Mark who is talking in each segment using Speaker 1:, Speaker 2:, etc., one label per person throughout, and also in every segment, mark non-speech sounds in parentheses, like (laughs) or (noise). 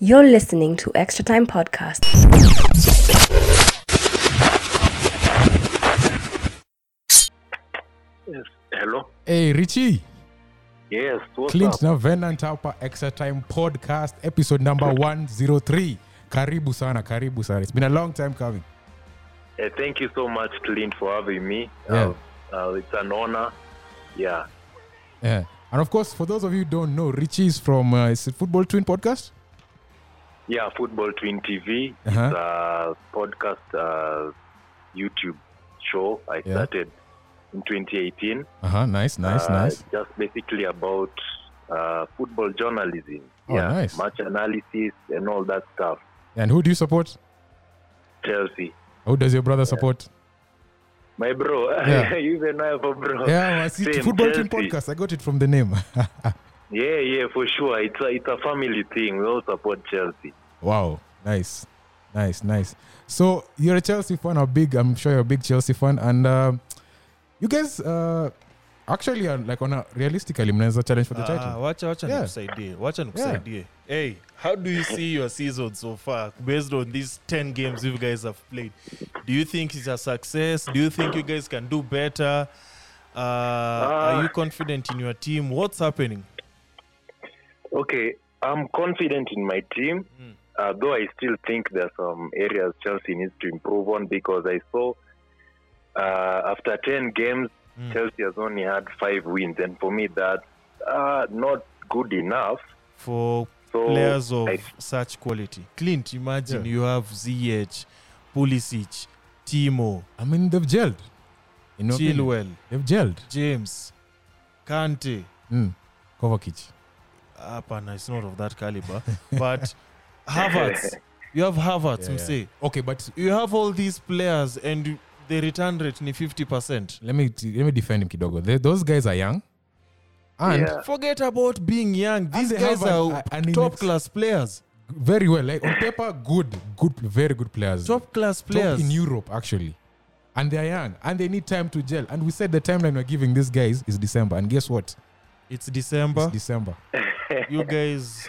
Speaker 1: You're listening to Extra Time Podcast.
Speaker 2: Yes. Hello.
Speaker 3: Hey Richie,
Speaker 2: Yes. What's
Speaker 3: Clint
Speaker 2: up?
Speaker 3: na Venant hapa Extra Time Podcast episode number 103. Karibu sana, karibu sana. It's been a long time coming.
Speaker 2: Eh, thank you so much, Clint, for having me.
Speaker 3: Yeah.
Speaker 2: Uh, uh, it's an honor. Yeah.
Speaker 3: Yeah. And of course, for those of you who don't know, Richie is from uh, is it Football Twin Podcast.
Speaker 2: Yeah. Football Twin TV.
Speaker 3: Uh-huh.
Speaker 2: It's a podcast uh, YouTube show I
Speaker 3: Yeah.
Speaker 2: started in 2018.
Speaker 3: Uh-huh, nice, nice,
Speaker 2: uh,
Speaker 3: nice.
Speaker 2: Just basically about uh, football journalism.
Speaker 3: Oh,
Speaker 2: yeah.
Speaker 3: nice.
Speaker 2: Match analysis and all that stuff.
Speaker 3: And who do you support?
Speaker 2: Chelsea.
Speaker 3: Who does your brother support?
Speaker 2: My bro.
Speaker 3: Yeah.
Speaker 2: (laughs) you and I have a bro.
Speaker 3: Yeah, I see
Speaker 2: Same,
Speaker 3: Football Twin
Speaker 2: Chelsea.
Speaker 3: Podcast. I got it from the name. (laughs)
Speaker 2: Yeah, yeah, for sure. It's a, it's a family thing. We all support Chelsea.
Speaker 3: wow, nice. Nice, nice. So you're a Chelsea fan, a big, I'm sure you're a big Chelsea fan. And uh, you guys uh, actually are like on a realistically mnaweza challenge for the title.
Speaker 4: Ah, wacha wacha
Speaker 3: Yeah.
Speaker 4: nikusaidie wacha nikusaidie hey how do you see your season so far based on these 10 games you guys have played do you think it's a success do you think you guys can do better uh,
Speaker 2: Uh,
Speaker 4: are you confident in your team what's happening
Speaker 2: Okay, I'm confident in my team, uh, though I still think there are some areas Chelsea needs to improve on because I saw uh, after 10 games, Chelsea has only had five wins. And for me, that's uh, not good enough.
Speaker 4: for
Speaker 2: So,
Speaker 4: players of
Speaker 2: I-
Speaker 4: such quality clint imagine you have zh pulisic timo
Speaker 3: I mean, they've gelled. In my opinion.
Speaker 4: chilwell
Speaker 3: They've gelled.
Speaker 4: james kante
Speaker 3: Mm. Kovacic.
Speaker 4: hapana it's not of that caliber but Havertz you have Havertz yeah, msee
Speaker 3: Okay, but
Speaker 4: you have all these players and you- the return rate ni 50%
Speaker 3: let me let me defend him kidogo. They, those guys are young. And
Speaker 2: Yeah.
Speaker 4: forget about being young these
Speaker 3: they
Speaker 4: guys
Speaker 3: have an-
Speaker 4: are
Speaker 3: a- an
Speaker 4: top
Speaker 3: inex-
Speaker 4: class players
Speaker 3: very well. Like on paper, good, good, very good players.
Speaker 4: top class
Speaker 3: Top
Speaker 4: players
Speaker 3: in Europe, actually. And they're young. And they need time to gel. And we said the timeline we're giving these guys is December. And guess what?
Speaker 4: it's december
Speaker 3: It's December.
Speaker 4: you guys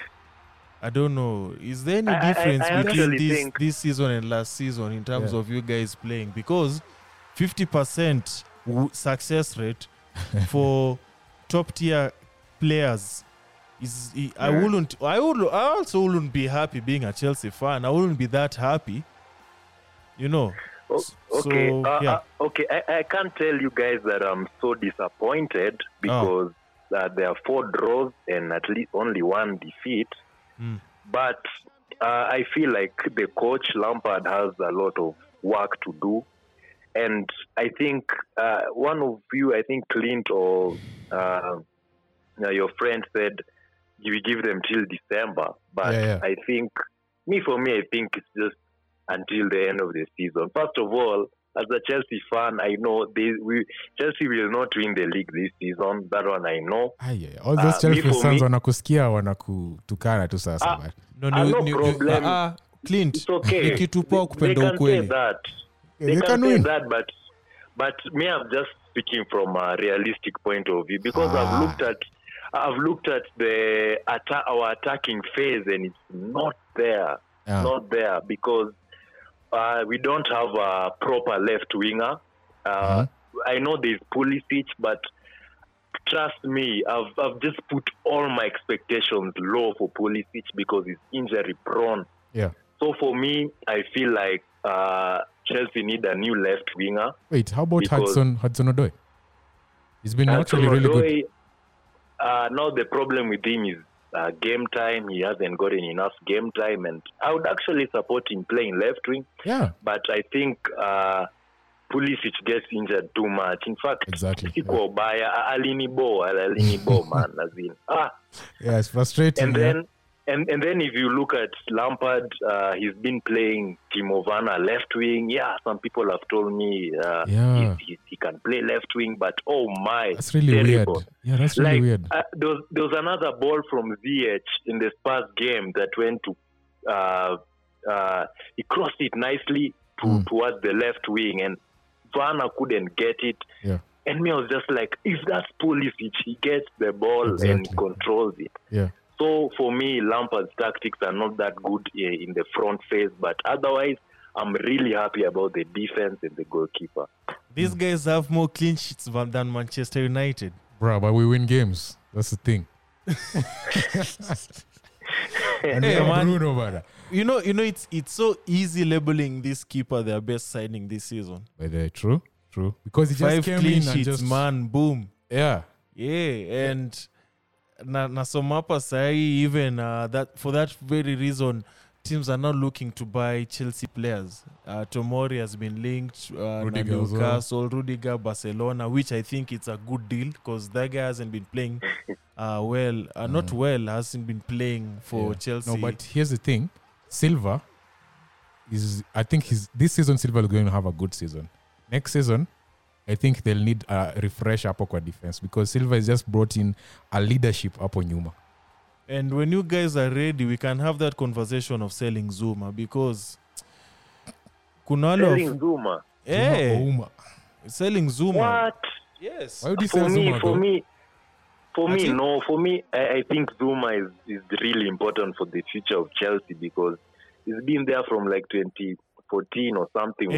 Speaker 4: i don't know is there any
Speaker 2: I- I-
Speaker 4: difference
Speaker 2: I
Speaker 4: between
Speaker 2: actually
Speaker 4: this
Speaker 2: think-
Speaker 4: this season and last season in terms
Speaker 3: Yeah.
Speaker 4: of you guys playing because 50% w- success rate for top tier players is i I
Speaker 2: Yeah.
Speaker 4: wouldn't I would I also wouldn't be happy being a Chelsea fan I wouldn't be that happy you know
Speaker 2: O-
Speaker 4: S-
Speaker 2: Okay,
Speaker 4: so,
Speaker 2: uh,
Speaker 4: yeah.
Speaker 2: uh, okay. I, I can't tell you guys that I'm so disappointed
Speaker 4: Oh.
Speaker 2: because uh, there are four draws and at least only one defeat.
Speaker 4: Mm.
Speaker 2: But uh, I feel like the coach Lampard has a lot of work to do, and I think uh, one of you, I think Clint or uh, now your friend said you give them till December, but
Speaker 3: Yeah, yeah.
Speaker 2: I think me for me, I think it's just until the end of the season. First of all, as a Chelsea fan, I know they we Chelsea will not win the league this seaea That one I know.
Speaker 3: Aye, aye, all those
Speaker 2: Ah, me
Speaker 3: Chelsea
Speaker 2: for
Speaker 3: fans
Speaker 2: me-
Speaker 3: wanakusikia wanakutukana tu sasa.
Speaker 2: Ah,
Speaker 3: but-
Speaker 4: no,
Speaker 2: Ah,
Speaker 4: ni-
Speaker 2: no
Speaker 4: ni- ni-
Speaker 2: problem.
Speaker 4: ah, ah, Clint
Speaker 2: It's okay.
Speaker 4: nikitupoa
Speaker 2: they
Speaker 4: kupenda
Speaker 2: can say
Speaker 4: ukweli
Speaker 2: that. They,
Speaker 3: Eh, they
Speaker 2: can,
Speaker 3: can
Speaker 2: say
Speaker 3: win.
Speaker 2: that, but but me, I'm just speaking from a realistic point of view because
Speaker 3: Ah.
Speaker 2: I've looked at I've looked at the atta- our attacking phase and it's not there.
Speaker 3: Yeah.
Speaker 4: Ah.
Speaker 2: not there because uh, we don't have a proper left winger. Uh,
Speaker 4: Mm-hmm.
Speaker 2: I know there's Pulisic, but trust me, I've, I've just put all my expectations low for Pulisic because he's injury prone.
Speaker 3: Yeah.
Speaker 2: So for me, I feel like uh, Chelsea need a new left winger.
Speaker 3: Wait, how about
Speaker 2: Because-
Speaker 3: Hudson Hudson Odoi? He's been
Speaker 2: Hudson
Speaker 3: actually really good.
Speaker 2: Odoi, Uh, now the problem with him is uh, game time. He hasn't gotten enough game time, and I would actually support him playing left wing.
Speaker 3: Yeah.
Speaker 2: but I think uh, Pulisic gets injured too much. In fact, (laughs)
Speaker 3: Exactly,
Speaker 2: siko baya alini bo alini bo man
Speaker 3: (laughs)
Speaker 2: as in ah
Speaker 3: Yeah, it's frustrating.
Speaker 2: and
Speaker 3: yeah.
Speaker 2: then and, and then if you look at Lampard, uh, he's been playing Timo Werner left wing. Yeah, some people have told me uh,
Speaker 3: Yeah.
Speaker 2: he, he, he can play left wing, but oh my,
Speaker 3: that's really
Speaker 2: terrible.
Speaker 3: weird. Yeah, that's really
Speaker 2: like,
Speaker 3: weird.
Speaker 2: Uh, there, was, there was another ball from ZH in the Spurs game that went to, uh, uh, he crossed it nicely to,
Speaker 3: Mm.
Speaker 2: towards the left wing, and Vana couldn't get it.
Speaker 3: Yeah.
Speaker 2: And me, I was just like, if that's Pulisic, he gets the ball and
Speaker 3: Exactly.
Speaker 2: controls it.
Speaker 3: Yeah.
Speaker 2: So for me, Lampard's tactics are not that good eh, in the front phase, but otherwise, I'm really happy about the defense and the goalkeeper.
Speaker 3: Hmm.
Speaker 4: These guys have more clean sheets than than Manchester United.
Speaker 3: bro. But we win games. That's the
Speaker 2: (laughs)
Speaker 3: thing. (laughs) and
Speaker 4: Hey,
Speaker 3: we have
Speaker 4: man.
Speaker 3: Bruno, brother.
Speaker 4: You know, you know, it's it's so easy labeling this keeper their best signing this season.
Speaker 3: But uh, true, true. Because he just
Speaker 4: Five
Speaker 3: came
Speaker 4: clean
Speaker 3: in and
Speaker 4: sheets,
Speaker 3: just
Speaker 4: man, boom.
Speaker 3: yeah.
Speaker 4: Yeah, and na nasoma hapa sahi even uh, that for that very reason teams are now looking to buy Chelsea players. Uh, Tomori has been linked uh, na
Speaker 3: Rudiger as well.
Speaker 4: Newcastle, Rudiger, Barcelona, which I think it's a good deal because that guy hasn't been playing uh, well, uh, not well, hasn't been playing for
Speaker 3: Mm. Yeah.
Speaker 4: Chelsea.
Speaker 3: No, but here's the thing: Silva is. I think he's this season. Silva is going to have a good season. Next season, I think they'll need a refresh up aqua defense because Silva is just brought in a leadership up on Yuma.
Speaker 4: And when you guys are ready, we can have that conversation of selling Zuma because kuna wale waf-
Speaker 2: Selling Zuma.
Speaker 4: Eh,
Speaker 3: Uma.
Speaker 4: selling Zuma.
Speaker 2: What?
Speaker 4: Yes.
Speaker 3: Hmm. Why would you
Speaker 2: For
Speaker 3: sell
Speaker 2: me,
Speaker 3: Zuma?
Speaker 2: for
Speaker 3: though?
Speaker 2: me, for
Speaker 4: I
Speaker 2: me,
Speaker 4: think-
Speaker 2: no. For me, I, I think Zuma is, is really important for the future of Chelsea because he's been there from like 2014 or something. with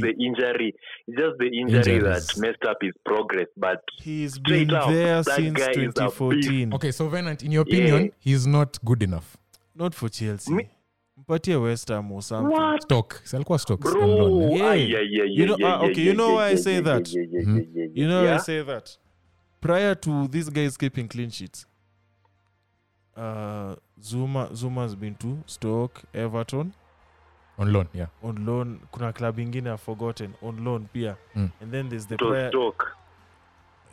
Speaker 2: just the injury, just the injury
Speaker 3: Injuries.
Speaker 2: that messed up his progress. But
Speaker 4: He's
Speaker 2: Straight
Speaker 4: been
Speaker 2: up,
Speaker 4: there
Speaker 2: that
Speaker 4: since
Speaker 2: guy is a
Speaker 4: 2014.
Speaker 3: Okay, so Venant, in your opinion,
Speaker 2: Yeah.
Speaker 3: he's not good enough.
Speaker 4: Not for Chelsea.
Speaker 2: Me-
Speaker 4: Mpatie West Ham or something.
Speaker 2: what,
Speaker 3: Stock. Si alikuwa stock.
Speaker 2: bro?
Speaker 3: Scandon, eh?
Speaker 4: Yeah.
Speaker 2: Ah, yeah, yeah, yeah,
Speaker 4: You know-
Speaker 2: yeah,
Speaker 4: ah,
Speaker 2: yeah,
Speaker 4: okay,
Speaker 2: yeah,
Speaker 4: you know
Speaker 2: yeah,
Speaker 4: why I
Speaker 2: yeah,
Speaker 4: say
Speaker 2: yeah,
Speaker 4: that?
Speaker 2: yeah, yeah,
Speaker 3: Hmm?
Speaker 2: yeah, yeah, yeah,
Speaker 4: You know why I
Speaker 2: yeah.
Speaker 4: say that? Prior to these guys keeping clean sheets, uh, Zuma Zuma's been to Stoke, Everton,
Speaker 3: On loan, yeah.
Speaker 4: on loan. Kuna club ingine I've forgotten, on loan pia.
Speaker 3: Mm.
Speaker 4: And then there's the
Speaker 2: It was
Speaker 4: prior,
Speaker 2: talk.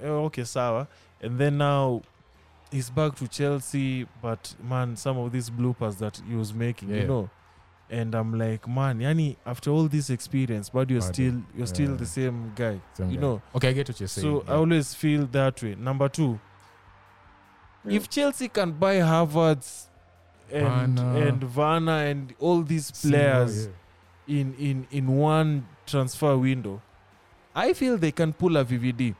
Speaker 4: Eh, okay, sawa. And then now he's back to Chelsea, but man, some of these bloopers that he was making,
Speaker 3: Yeah.
Speaker 4: you know. And I'm like, man, yani, after all this experience, but you're
Speaker 3: Bado,
Speaker 4: still you're still
Speaker 3: yeah.
Speaker 4: the same guy.
Speaker 3: Same
Speaker 4: you
Speaker 3: guy.
Speaker 4: know.
Speaker 3: Okay, I get what you're saying.
Speaker 4: So I
Speaker 3: yeah.
Speaker 4: always feel that way. Number two, if Chelsea can buy Harvard's and
Speaker 3: Werner.
Speaker 4: and Vana and all these
Speaker 3: Silva,
Speaker 4: players
Speaker 3: uh, yeah.
Speaker 4: in, in in one transfer window, I feel they can pull a VVD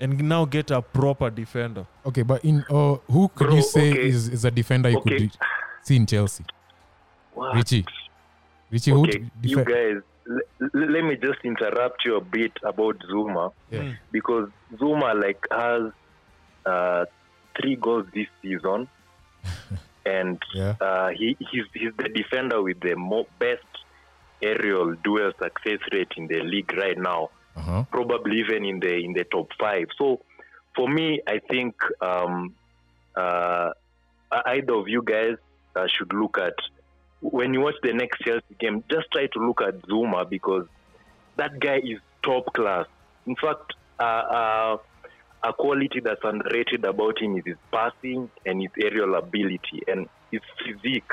Speaker 4: and now get a proper defender.
Speaker 3: Okay, but in uh, who could
Speaker 2: Bro,
Speaker 3: you say
Speaker 2: okay.
Speaker 3: is, is a defender you
Speaker 2: Okay.
Speaker 3: could re- see in Chelsea?
Speaker 2: What?
Speaker 3: Richie. Richie,
Speaker 2: Okay,
Speaker 3: who
Speaker 2: you
Speaker 3: defend?
Speaker 2: guys, l- l- let me just interrupt you a bit about Zuma
Speaker 3: Yeah.
Speaker 2: because Zuma like has uh, three goals this season,
Speaker 4: (laughs)
Speaker 2: and
Speaker 3: Yeah.
Speaker 2: uh, he he's, he's the defender with the mo- best aerial duel success rate in the league right now,
Speaker 3: Uh huh.
Speaker 2: probably even in the in the top five. So for me, I think um, uh, e- either of you guys uh, should look at when you watch the next Chelsea game. Just try to look at Zuma because that guy is top class. In fact, uh, uh, a quality that's underrated about him is his passing and his aerial ability and his physique.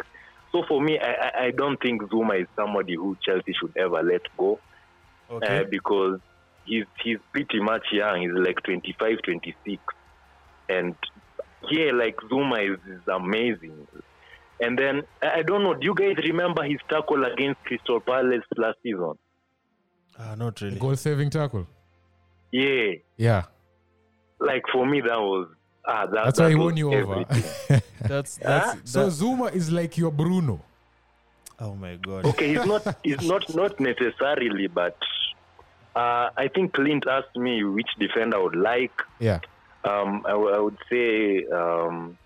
Speaker 2: So for me, I, I- I don't think Zuma is somebody who Chelsea should ever let go uh, because he's he's pretty much young. He's like 25, 26. And yeah, like Zuma is, is amazing. And then I I don't know. Do you guys remember his tackle against Crystal Palace last season?
Speaker 4: Ah, not really. (laughs)
Speaker 3: Goal saving tackle.
Speaker 2: Yeah,
Speaker 3: Yeah.
Speaker 2: like for me that was ah that,
Speaker 3: That's
Speaker 2: that
Speaker 3: why he
Speaker 2: was
Speaker 3: won you over.
Speaker 2: everything.
Speaker 4: That's that's
Speaker 3: (laughs) so
Speaker 4: that-
Speaker 3: Zuma is like your Bruno.
Speaker 4: oh my god.
Speaker 2: okay, he's not he's not not necessarily, but uh, I think Clint asked me which defender I would like.
Speaker 3: Yeah.
Speaker 2: Um, I, w- I would say um,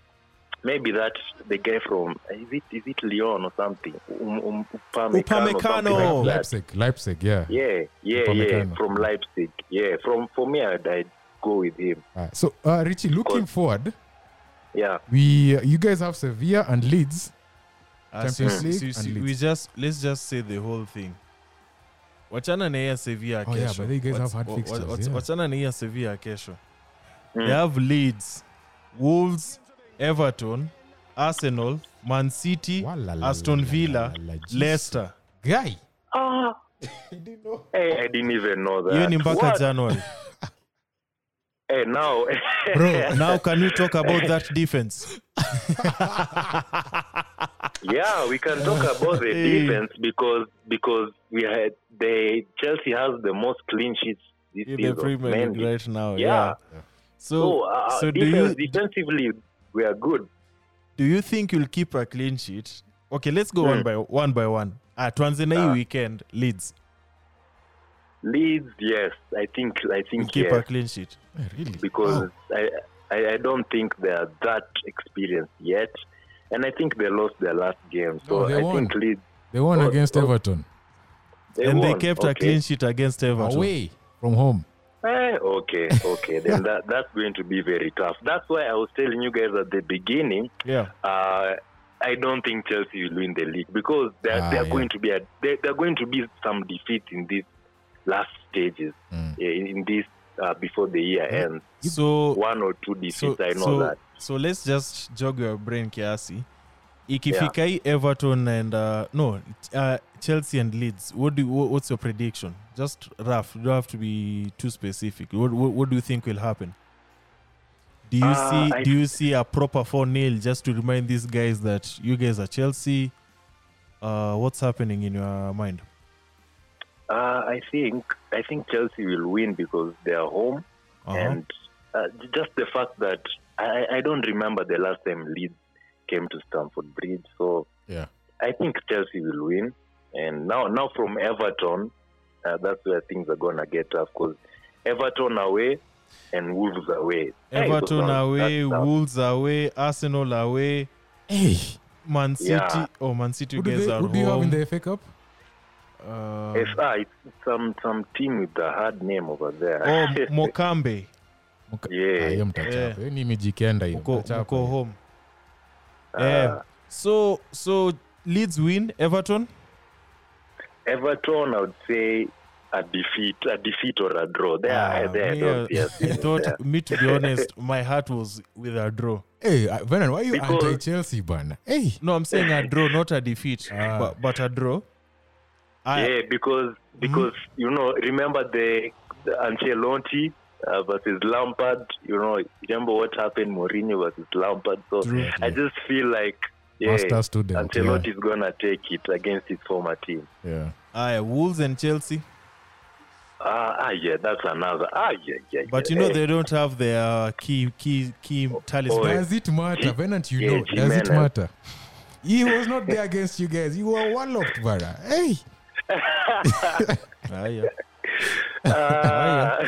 Speaker 2: maybe that the guy from is it is it Lyon or something? Um, um, Upamecano. or something
Speaker 4: Upamecano.
Speaker 2: Oh. like that.
Speaker 3: Leipzig. Leipzig. Yeah.
Speaker 2: Yeah, yeah, yeah.
Speaker 3: Upamecano.
Speaker 2: From Leipzig. Yeah, from for me, I'd, I'd go with him.
Speaker 3: Alright, So uh, Richie, looking forward,
Speaker 2: Yeah.
Speaker 3: we uh, you guys have Sevilla and Leeds.
Speaker 4: Ah,
Speaker 3: Champions
Speaker 4: see-
Speaker 3: League
Speaker 4: see-
Speaker 3: and
Speaker 4: see,
Speaker 3: Leeds.
Speaker 4: we just let's just say the whole thing. Wachana na hii ya Sevilla
Speaker 3: Oh,
Speaker 4: kesho.
Speaker 3: yeah, but they guys
Speaker 4: Wach-
Speaker 3: have hard
Speaker 4: wa- wa-
Speaker 3: fixtures,
Speaker 4: wach-
Speaker 3: yeah.
Speaker 4: Wachana na hii ya Sevilla kesho. They have Leeds, Wolves, Everton, Arsenal, Man City,
Speaker 3: Wa la la
Speaker 4: Aston
Speaker 3: la la
Speaker 4: Villa,
Speaker 3: la la, Jesus.
Speaker 4: Leicester.
Speaker 3: Guy.
Speaker 2: Ah. Hey, I didn't even know that.
Speaker 4: Hiyo ni mpaka
Speaker 2: What?
Speaker 4: January.
Speaker 2: Hey, now, (laughs)
Speaker 3: (laughs) Bro.
Speaker 4: Now can we talk about that defense?
Speaker 2: yeah, we can
Speaker 3: (laughs)
Speaker 2: talk about the
Speaker 4: Hey.
Speaker 2: defense because because we had the Chelsea has the most clean sheets this
Speaker 4: In the
Speaker 2: season.
Speaker 4: Premier League
Speaker 2: mainly.
Speaker 4: right now.
Speaker 2: Yeah.
Speaker 4: So
Speaker 2: So, uh,
Speaker 4: so do
Speaker 2: defense,
Speaker 4: you
Speaker 2: defensively, we are good.
Speaker 4: do you think you'll keep a clean sheet okay let's go one by one by one uh, tuanze na hii
Speaker 2: Hmm. Ah.
Speaker 4: weekend leads
Speaker 2: Leeds, yes, I think I
Speaker 4: you
Speaker 2: think
Speaker 4: keep a
Speaker 2: yes,
Speaker 4: clean sheet
Speaker 3: really?
Speaker 4: Oh.
Speaker 2: because I, I I don't think they are that experienced yet, and I think they lost their last game. So
Speaker 3: No, they
Speaker 2: I
Speaker 3: won.
Speaker 2: think Leeds
Speaker 3: They won
Speaker 2: Oh,
Speaker 3: against
Speaker 2: oh.
Speaker 3: Everton
Speaker 2: they
Speaker 4: and they
Speaker 2: won.
Speaker 4: kept a
Speaker 2: okay.
Speaker 4: clean sheet against everton
Speaker 3: away from home.
Speaker 2: Eh, okay, okay.
Speaker 4: (laughs)
Speaker 2: then that that's going to be very tough. That's why I was telling you guys at the beginning.
Speaker 4: yeah
Speaker 2: uh, I don't think Chelsea will win the league because there,
Speaker 3: Ah,
Speaker 2: there are
Speaker 3: yeah.
Speaker 2: going to be a, there, there are going to be some defeat in these last stages
Speaker 4: Mm.
Speaker 2: in, in this uh, before the year ends.
Speaker 4: so
Speaker 2: One or two defeats,
Speaker 4: so,
Speaker 2: I know
Speaker 4: so,
Speaker 2: that.
Speaker 4: so let's just jog your brain kiasi ikifika hii everton and uh, no uh, chelsea and leeds what do you, what, what's your prediction just rough you don't have to be too specific what, what, what do you think will happen do you
Speaker 2: Uh,
Speaker 4: see
Speaker 2: I-
Speaker 4: do you see a proper 4 nil just to remind these guys that you guys are chelsea uh, what's happening in your mind
Speaker 2: Uh, I think I think Chelsea will win because they are home
Speaker 4: Uh-huh.
Speaker 2: and uh, j- just the fact that I, I don't remember the last time Leeds came to Stamford Bridge, so
Speaker 3: Yeah.
Speaker 2: I think Chelsea will win. And now, now from Everton, uh, that's where things are gonna get tough because Everton away and Wolves away. Hey, those
Speaker 4: everton
Speaker 2: are-
Speaker 4: away
Speaker 2: that's tough.
Speaker 4: wolves away arsenal away
Speaker 3: Hey,
Speaker 4: man city
Speaker 2: Yeah.
Speaker 4: oh man city
Speaker 3: who
Speaker 4: you
Speaker 3: do,
Speaker 4: guys
Speaker 3: they,
Speaker 4: are
Speaker 3: who do you have
Speaker 4: home
Speaker 3: in the FA Cup?
Speaker 4: Uh,
Speaker 2: If, ah, it's some some team with a hard name over (laughs) there.
Speaker 4: oh, Mokambe
Speaker 3: Mka-
Speaker 2: Yeah.
Speaker 3: Ah, hiyo mtachapa. Hiyo ni mijikenda hiyo.
Speaker 4: uko,
Speaker 3: Mtachapa
Speaker 4: uko
Speaker 3: hiyo.
Speaker 4: home.
Speaker 2: Uh,
Speaker 4: Eh, so so Leeds win Everton.
Speaker 2: Everton, I would say a defeat, a defeat or a draw. There,
Speaker 4: Ah,
Speaker 2: there, I
Speaker 4: me,
Speaker 2: don't see
Speaker 4: uh, (laughs)
Speaker 2: a
Speaker 4: I
Speaker 2: thing
Speaker 4: thought
Speaker 2: there.
Speaker 4: me to be honest, my heart was with a draw.
Speaker 3: Hey, uh, Vernon, why are you
Speaker 2: Because-
Speaker 3: anti-Chelsea bana? Eh. Hey.
Speaker 4: No, I'm saying a draw, not
Speaker 2: (laughs)
Speaker 4: a defeat, but, but a draw. I,
Speaker 2: Ah. yeah, because
Speaker 4: Mm-hmm.
Speaker 2: because you know, remember the, the Ancelotti uh, versus Lampard. You know, remember what happened Mourinho versus Lampard. So
Speaker 4: True.
Speaker 2: I just feel like yeah,
Speaker 3: Master student.
Speaker 2: Ancelotti is gonna take it against his former team.
Speaker 3: Yeah. yeah.
Speaker 4: I Wolves and Chelsea,
Speaker 2: Ah, ah, yeah, that's another. Ah, yeah, yeah.
Speaker 4: but you
Speaker 2: yeah.
Speaker 4: know
Speaker 2: Eh,
Speaker 4: they don't have their key key key talisman.
Speaker 2: Oi.
Speaker 3: Does it matter? Venant, you
Speaker 2: Yeah,
Speaker 3: know. Does it
Speaker 2: Jimenez.
Speaker 3: matter? He was not there against you guys. You were Eh. one locked, Bara. Hey.
Speaker 4: Ah, yeah.
Speaker 2: ah,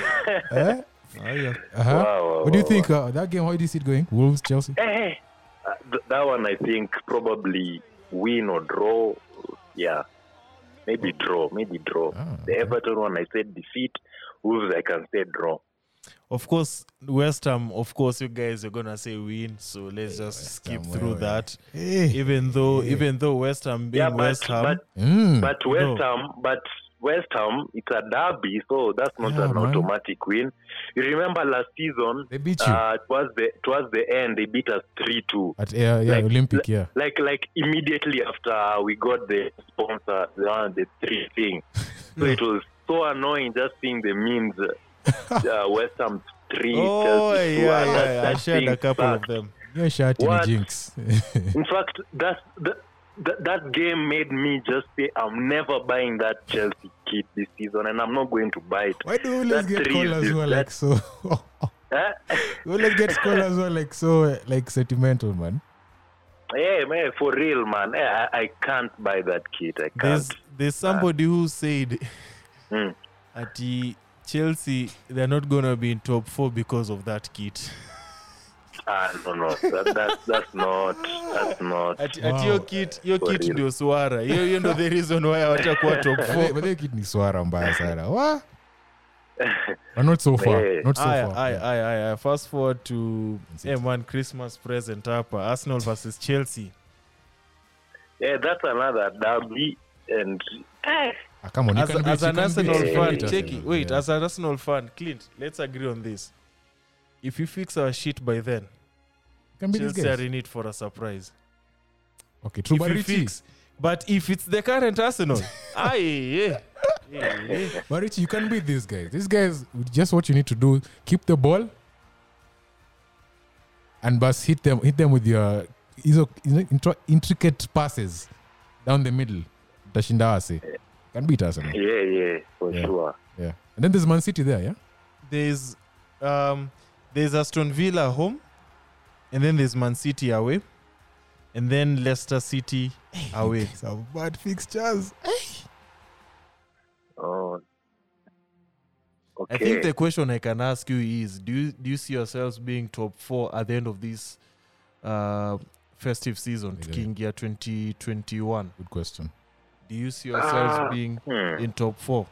Speaker 3: Eh?
Speaker 4: Ah, yeah.
Speaker 3: Uh-huh.
Speaker 2: Wow, wow,
Speaker 3: what do you
Speaker 2: wow,
Speaker 3: think? Uh, that game, how do you see it going? Wolves, Chelsea?
Speaker 2: eh, uh, th- that one I think probably win or draw. Yeah, maybe
Speaker 4: Oh.
Speaker 2: draw. Maybe draw.
Speaker 3: Ah,
Speaker 2: The Everton one I said defeat. Wolves I can say draw.
Speaker 4: Of course, West Ham. Of course, you guys are gonna say win, so let's just skip
Speaker 3: Ham,
Speaker 4: through
Speaker 3: wewe.
Speaker 4: that.
Speaker 3: Hey.
Speaker 4: (laughs) Even though, even though West Ham being
Speaker 2: Yeah,
Speaker 4: West
Speaker 2: but,
Speaker 4: Ham,
Speaker 2: but
Speaker 3: Mm.
Speaker 4: Hmm.
Speaker 2: But West Ham, but West Ham, it's a derby, so that's not
Speaker 3: Yeah,
Speaker 2: an
Speaker 3: man.
Speaker 2: automatic win. You remember last season,
Speaker 3: They beat you.
Speaker 2: uh, towards the towards the end, they beat us three two.
Speaker 3: At yeah, yeah,
Speaker 2: like-
Speaker 3: Olympic, yeah.
Speaker 2: Like like immediately after we got the sponsor, the one the three
Speaker 4: (laughs)
Speaker 2: thing, so it was so annoying just seeing the memes. Uh, West Ham three.
Speaker 4: oh
Speaker 2: Chelsea two,
Speaker 4: yeah,
Speaker 2: and that-
Speaker 4: yeah, I
Speaker 2: that
Speaker 4: shared a
Speaker 2: thing
Speaker 4: couple
Speaker 2: sucked.
Speaker 4: of them.
Speaker 3: Your shirt in a
Speaker 2: What? (laughs)
Speaker 3: jinx.
Speaker 2: In fact, that, that that that game made me just say I'm never buying that Chelsea kit this season, and I'm not going to buy it.
Speaker 3: Why do we always
Speaker 2: That
Speaker 3: get
Speaker 2: three
Speaker 3: callers
Speaker 2: is-
Speaker 3: who are
Speaker 2: that-
Speaker 3: like so? (laughs)
Speaker 2: Eh?
Speaker 3: we always get callers who are like so, uh, like sentimental, man.
Speaker 2: yeah, man, for real, man. Eh, I, I can't buy that kit. I can't.
Speaker 4: There's there's
Speaker 2: Ah.
Speaker 4: somebody who said
Speaker 2: Mm.
Speaker 4: at the Chelsea they're not gonna be in top four because of that kit.
Speaker 2: Ah, no, no, that, that, that's not. That's not.
Speaker 4: At,
Speaker 3: Wow.
Speaker 4: at your kit, your
Speaker 2: For
Speaker 4: kit
Speaker 2: real.
Speaker 4: ndio swara. You, you know the reason why hawatakuwa
Speaker 2: (laughs)
Speaker 4: top
Speaker 3: But they-
Speaker 4: four.
Speaker 3: but they kid ni swara mbaya sana. Wah. But not so far.
Speaker 2: Eh.
Speaker 3: Not so
Speaker 4: Aya,
Speaker 3: far.
Speaker 4: aya,
Speaker 3: Yeah.
Speaker 4: aya, aya. Fast forward to
Speaker 3: City.
Speaker 4: eh, man Christmas present hapa Arsenal versus Chelsea.
Speaker 2: Yeah, that's another derby, and eh,
Speaker 3: Ah, come on, you
Speaker 4: as,
Speaker 3: can
Speaker 4: a-
Speaker 3: be-
Speaker 4: as
Speaker 3: you
Speaker 4: an
Speaker 3: can be-
Speaker 4: Arsenal
Speaker 3: you can
Speaker 4: fan,
Speaker 3: beat
Speaker 4: check it.
Speaker 3: Arsenal,
Speaker 4: Wait,
Speaker 3: yeah.
Speaker 4: as an Arsenal fan, Clint, let's agree on this. If you fix our shit by then,
Speaker 3: You can be these
Speaker 4: Chelsea
Speaker 3: guys.
Speaker 4: are in it for a surprise.
Speaker 3: Okay, true, but
Speaker 4: if you
Speaker 3: Richie-
Speaker 4: fix, but if it's the current Arsenal,
Speaker 3: (laughs)
Speaker 4: aye, yeah. yeah, yeah.
Speaker 3: But Richie, you can beat these guys. These guys, just what you need to do: keep the ball, and bus hit them, hit them with your hizo- hizo intro- intricate passes down the middle. Tashinda wase. Can beat Arsenal.
Speaker 2: yeah, yeah, for
Speaker 3: Yeah.
Speaker 2: sure.
Speaker 3: Yeah. And then there's Man City there, yeah.
Speaker 4: There's, um, there's Aston Villa home, and then there's Man City away, and then Leicester City away.
Speaker 3: Ah, Some bad fixtures.
Speaker 2: Oh.
Speaker 4: I
Speaker 2: Okay.
Speaker 4: think the question I can ask you is: Do you do you see yourselves being top four at the end of this uh, festive season,
Speaker 3: Yeah.
Speaker 4: tukiingia 2021?
Speaker 3: Good question.
Speaker 4: Do you see yourselves
Speaker 2: Ah.
Speaker 4: being
Speaker 2: Hmm. Uh,
Speaker 4: in top four?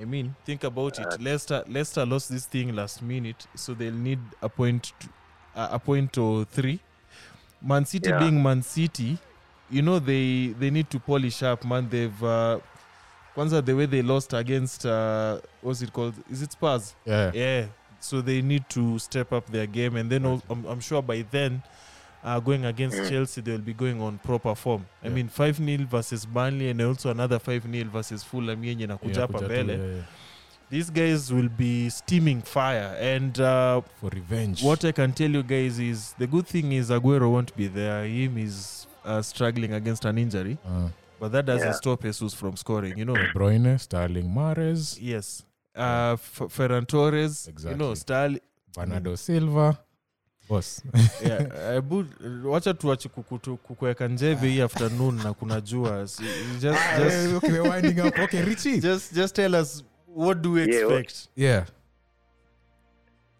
Speaker 4: I mean, think about it. Leicester Leicester lost this thing last minute, so they'll need a point, to, uh, a point or three. Man City
Speaker 2: Yeah.
Speaker 4: being Man City, you know they they need to polish up, man. They've uh, Kwanzaa the way they lost against uh, what's it called? Is it Spurs?
Speaker 3: Yeah.
Speaker 4: yeah so they need to step up their game and then al- I'm, I'm sure by then uh, going against chelsea they'll be going on proper form i
Speaker 3: Yeah.
Speaker 4: mean 5-0 versus burnley and also another 5-0 versus fulham yenye na
Speaker 3: Yeah,
Speaker 4: kujapa
Speaker 3: Kujatu,
Speaker 4: mbele
Speaker 3: yeah, yeah.
Speaker 4: these guys will be steaming fire and uh,
Speaker 3: For revenge.
Speaker 4: what i can tell you guys is the good thing is aguero won't be there him is uh, struggling against an injury
Speaker 3: Uh,
Speaker 4: but that doesn't
Speaker 2: Yeah.
Speaker 4: stop jesus from scoring you know
Speaker 3: De Bruyne, Sterling, Mares,
Speaker 4: yes uh, F- ferran torres you know
Speaker 3: Exactly.
Speaker 4: Starl-
Speaker 3: Bernardo Silva. Boss. (laughs)
Speaker 4: Yeah, ebu wacha tuache kukutu- kukuweka njeve hii afternoon na kuna jua Si- just, just,
Speaker 3: Ah, eh, okay, we're winding up. Okay, Richie.
Speaker 4: just, just tell us what do we
Speaker 2: Yeah, what-
Speaker 4: expect
Speaker 3: Yeah.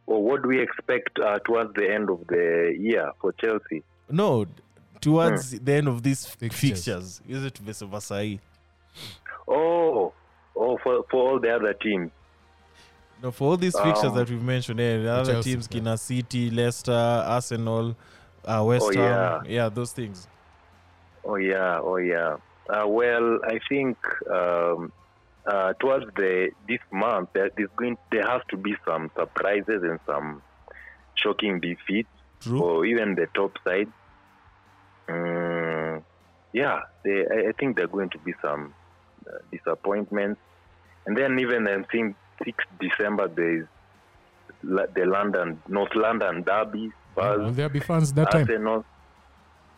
Speaker 2: Well, what do we expect uh, towards the end of the year for Chelsea?
Speaker 4: no towards
Speaker 2: Hmm.
Speaker 4: the end of these fixtures,
Speaker 3: Fixtures.
Speaker 4: fixtures. hizi tumesema sahii
Speaker 2: Oh, oh, for, for all the other teams.
Speaker 4: no, for all these fixtures
Speaker 2: Um,
Speaker 4: that we've mentioned eh, the other
Speaker 3: Chelsea,
Speaker 4: teams
Speaker 3: yeah.
Speaker 4: kina city leicester arsenal uh, west
Speaker 2: Oh,
Speaker 4: Ham.
Speaker 2: yeah.
Speaker 4: those things
Speaker 2: Oh yeah, oh yeah. Uh, well, I think um, uh, towards the this month there is going there has to be some surprises and some shocking defeats
Speaker 4: true
Speaker 2: or even the top side. Mm, yeah, they, I, I think there are going to be some uh, disappointments, and then even I think 6th December there is la- the London North London derby,
Speaker 3: Will
Speaker 2: Spurs,
Speaker 3: there be fans that time?
Speaker 2: Arsenal.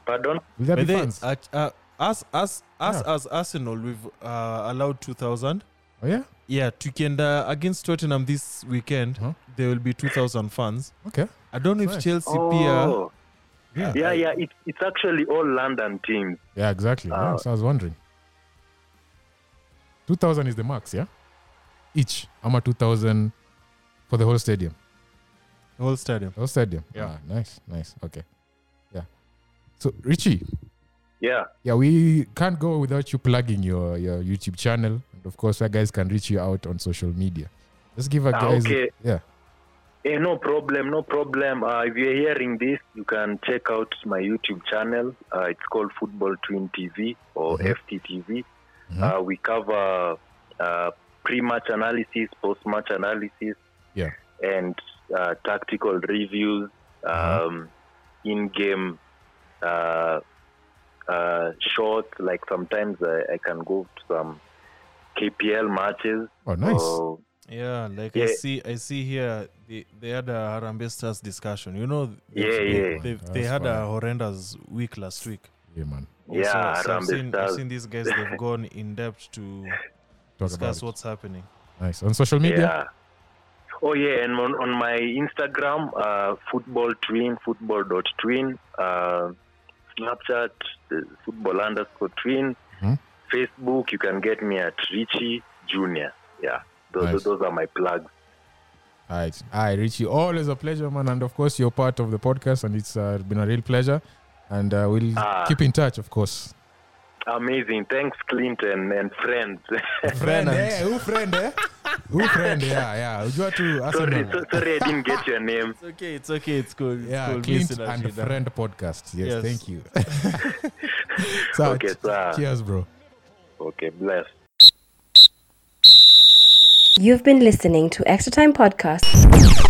Speaker 2: Pardon?
Speaker 3: Will there be
Speaker 4: But they,
Speaker 3: fans?
Speaker 4: uh, uh, us, us, us
Speaker 3: Yeah.
Speaker 4: as arsenal we've uh, allowed 2000
Speaker 3: Oh, yeah?
Speaker 4: Yeah, Tukenda against Tottenham this weekend,
Speaker 3: Huh?
Speaker 4: there will be 2,000 fans.
Speaker 3: Okay.
Speaker 4: I don't know if
Speaker 3: Right.
Speaker 4: Chelsea
Speaker 2: Oh.
Speaker 3: Yeah.
Speaker 2: yeah yeah it, it's actually all london teams
Speaker 3: Yeah, exactly. yeah,
Speaker 2: Uh,
Speaker 3: so I was wondering. 2,000 is the max, yeah? Each. I'm a 2,000 for the whole stadium.
Speaker 4: PR, whole stadium.
Speaker 3: The whole stadium.
Speaker 4: Yeah.
Speaker 3: Ah, nice, nice. Okay. Yeah. So, Richie,
Speaker 2: yeah
Speaker 3: yeah, we can't go without you plugging your, your YouTube channel. And of course, our guys can reach you out on social media. Let's give our
Speaker 2: Ah,
Speaker 3: guys.
Speaker 2: okay.
Speaker 3: Yeah.
Speaker 2: Eh, no problem no problem uh, if you're hearing this you can check out my youtube channel uh, it's called football twin tv or
Speaker 3: Mhm.
Speaker 2: fttv
Speaker 3: Mhm.
Speaker 2: uh, we cover uh, pre-match analysis post-match analysis
Speaker 3: Yeah.
Speaker 2: and uh, tactical reviews um,
Speaker 3: Mm-hmm.
Speaker 2: in-game uh, uh, shots like sometimes I, I can go to some kpl matches
Speaker 3: Oh, nice.
Speaker 2: or
Speaker 4: Yeah, like I
Speaker 2: Yeah.
Speaker 4: see, I see here they, they had a Harambe Stars discussion. You know,
Speaker 2: Yeah,
Speaker 4: they,
Speaker 2: yeah.
Speaker 4: they, they
Speaker 3: That's
Speaker 4: had
Speaker 3: fine.
Speaker 4: a horrendous week last week.
Speaker 3: Yeah, man.
Speaker 2: Yeah,
Speaker 4: so, so I've,
Speaker 2: Harambe
Speaker 4: seen, I've
Speaker 2: Stars.
Speaker 4: seen these guys.
Speaker 2: (laughs)
Speaker 4: They've gone in depth to
Speaker 3: Talk about
Speaker 4: discuss
Speaker 3: it.
Speaker 4: what's happening.
Speaker 3: Nice. On social media?
Speaker 2: Yeah. Oh yeah, and on, on my Instagram, uh, football twin, football dot twin, uh, Snapchat, uh, football underscore twin,
Speaker 3: Mhm.
Speaker 2: Facebook. You can get me at Richie Junior. Yeah, those,
Speaker 3: Nice.
Speaker 2: those are my plugs.
Speaker 3: All right. All right, Richie. Always a pleasure, man. And of course, you're part of the podcast, and it's uh, been a real pleasure. And uh, we'll
Speaker 2: Ah.
Speaker 3: keep in touch, of course.
Speaker 2: Amazing. Thanks, Clinton and friends. (laughs)
Speaker 3: Friend,
Speaker 4: Bernard.
Speaker 3: eh? Who friend, eh? Who friend, yeah, yeah. Ujua tu
Speaker 2: sorry,
Speaker 3: Arsenal.
Speaker 2: so, sorry, I didn't get your name.
Speaker 4: It's okay. It's okay. It's cool. It's
Speaker 3: Yeah,
Speaker 4: cool.
Speaker 3: Clint
Speaker 4: Listen,
Speaker 3: and
Speaker 4: Rashida.
Speaker 3: Friend podcast. Yes,
Speaker 4: Yes.
Speaker 2: (laughs)
Speaker 3: thank you. (laughs) so,
Speaker 2: Okay, uh,
Speaker 3: ch-
Speaker 2: sir.
Speaker 3: cheers, bro.
Speaker 2: Okay, bless.
Speaker 1: You've been listening to Extra Time Podcast.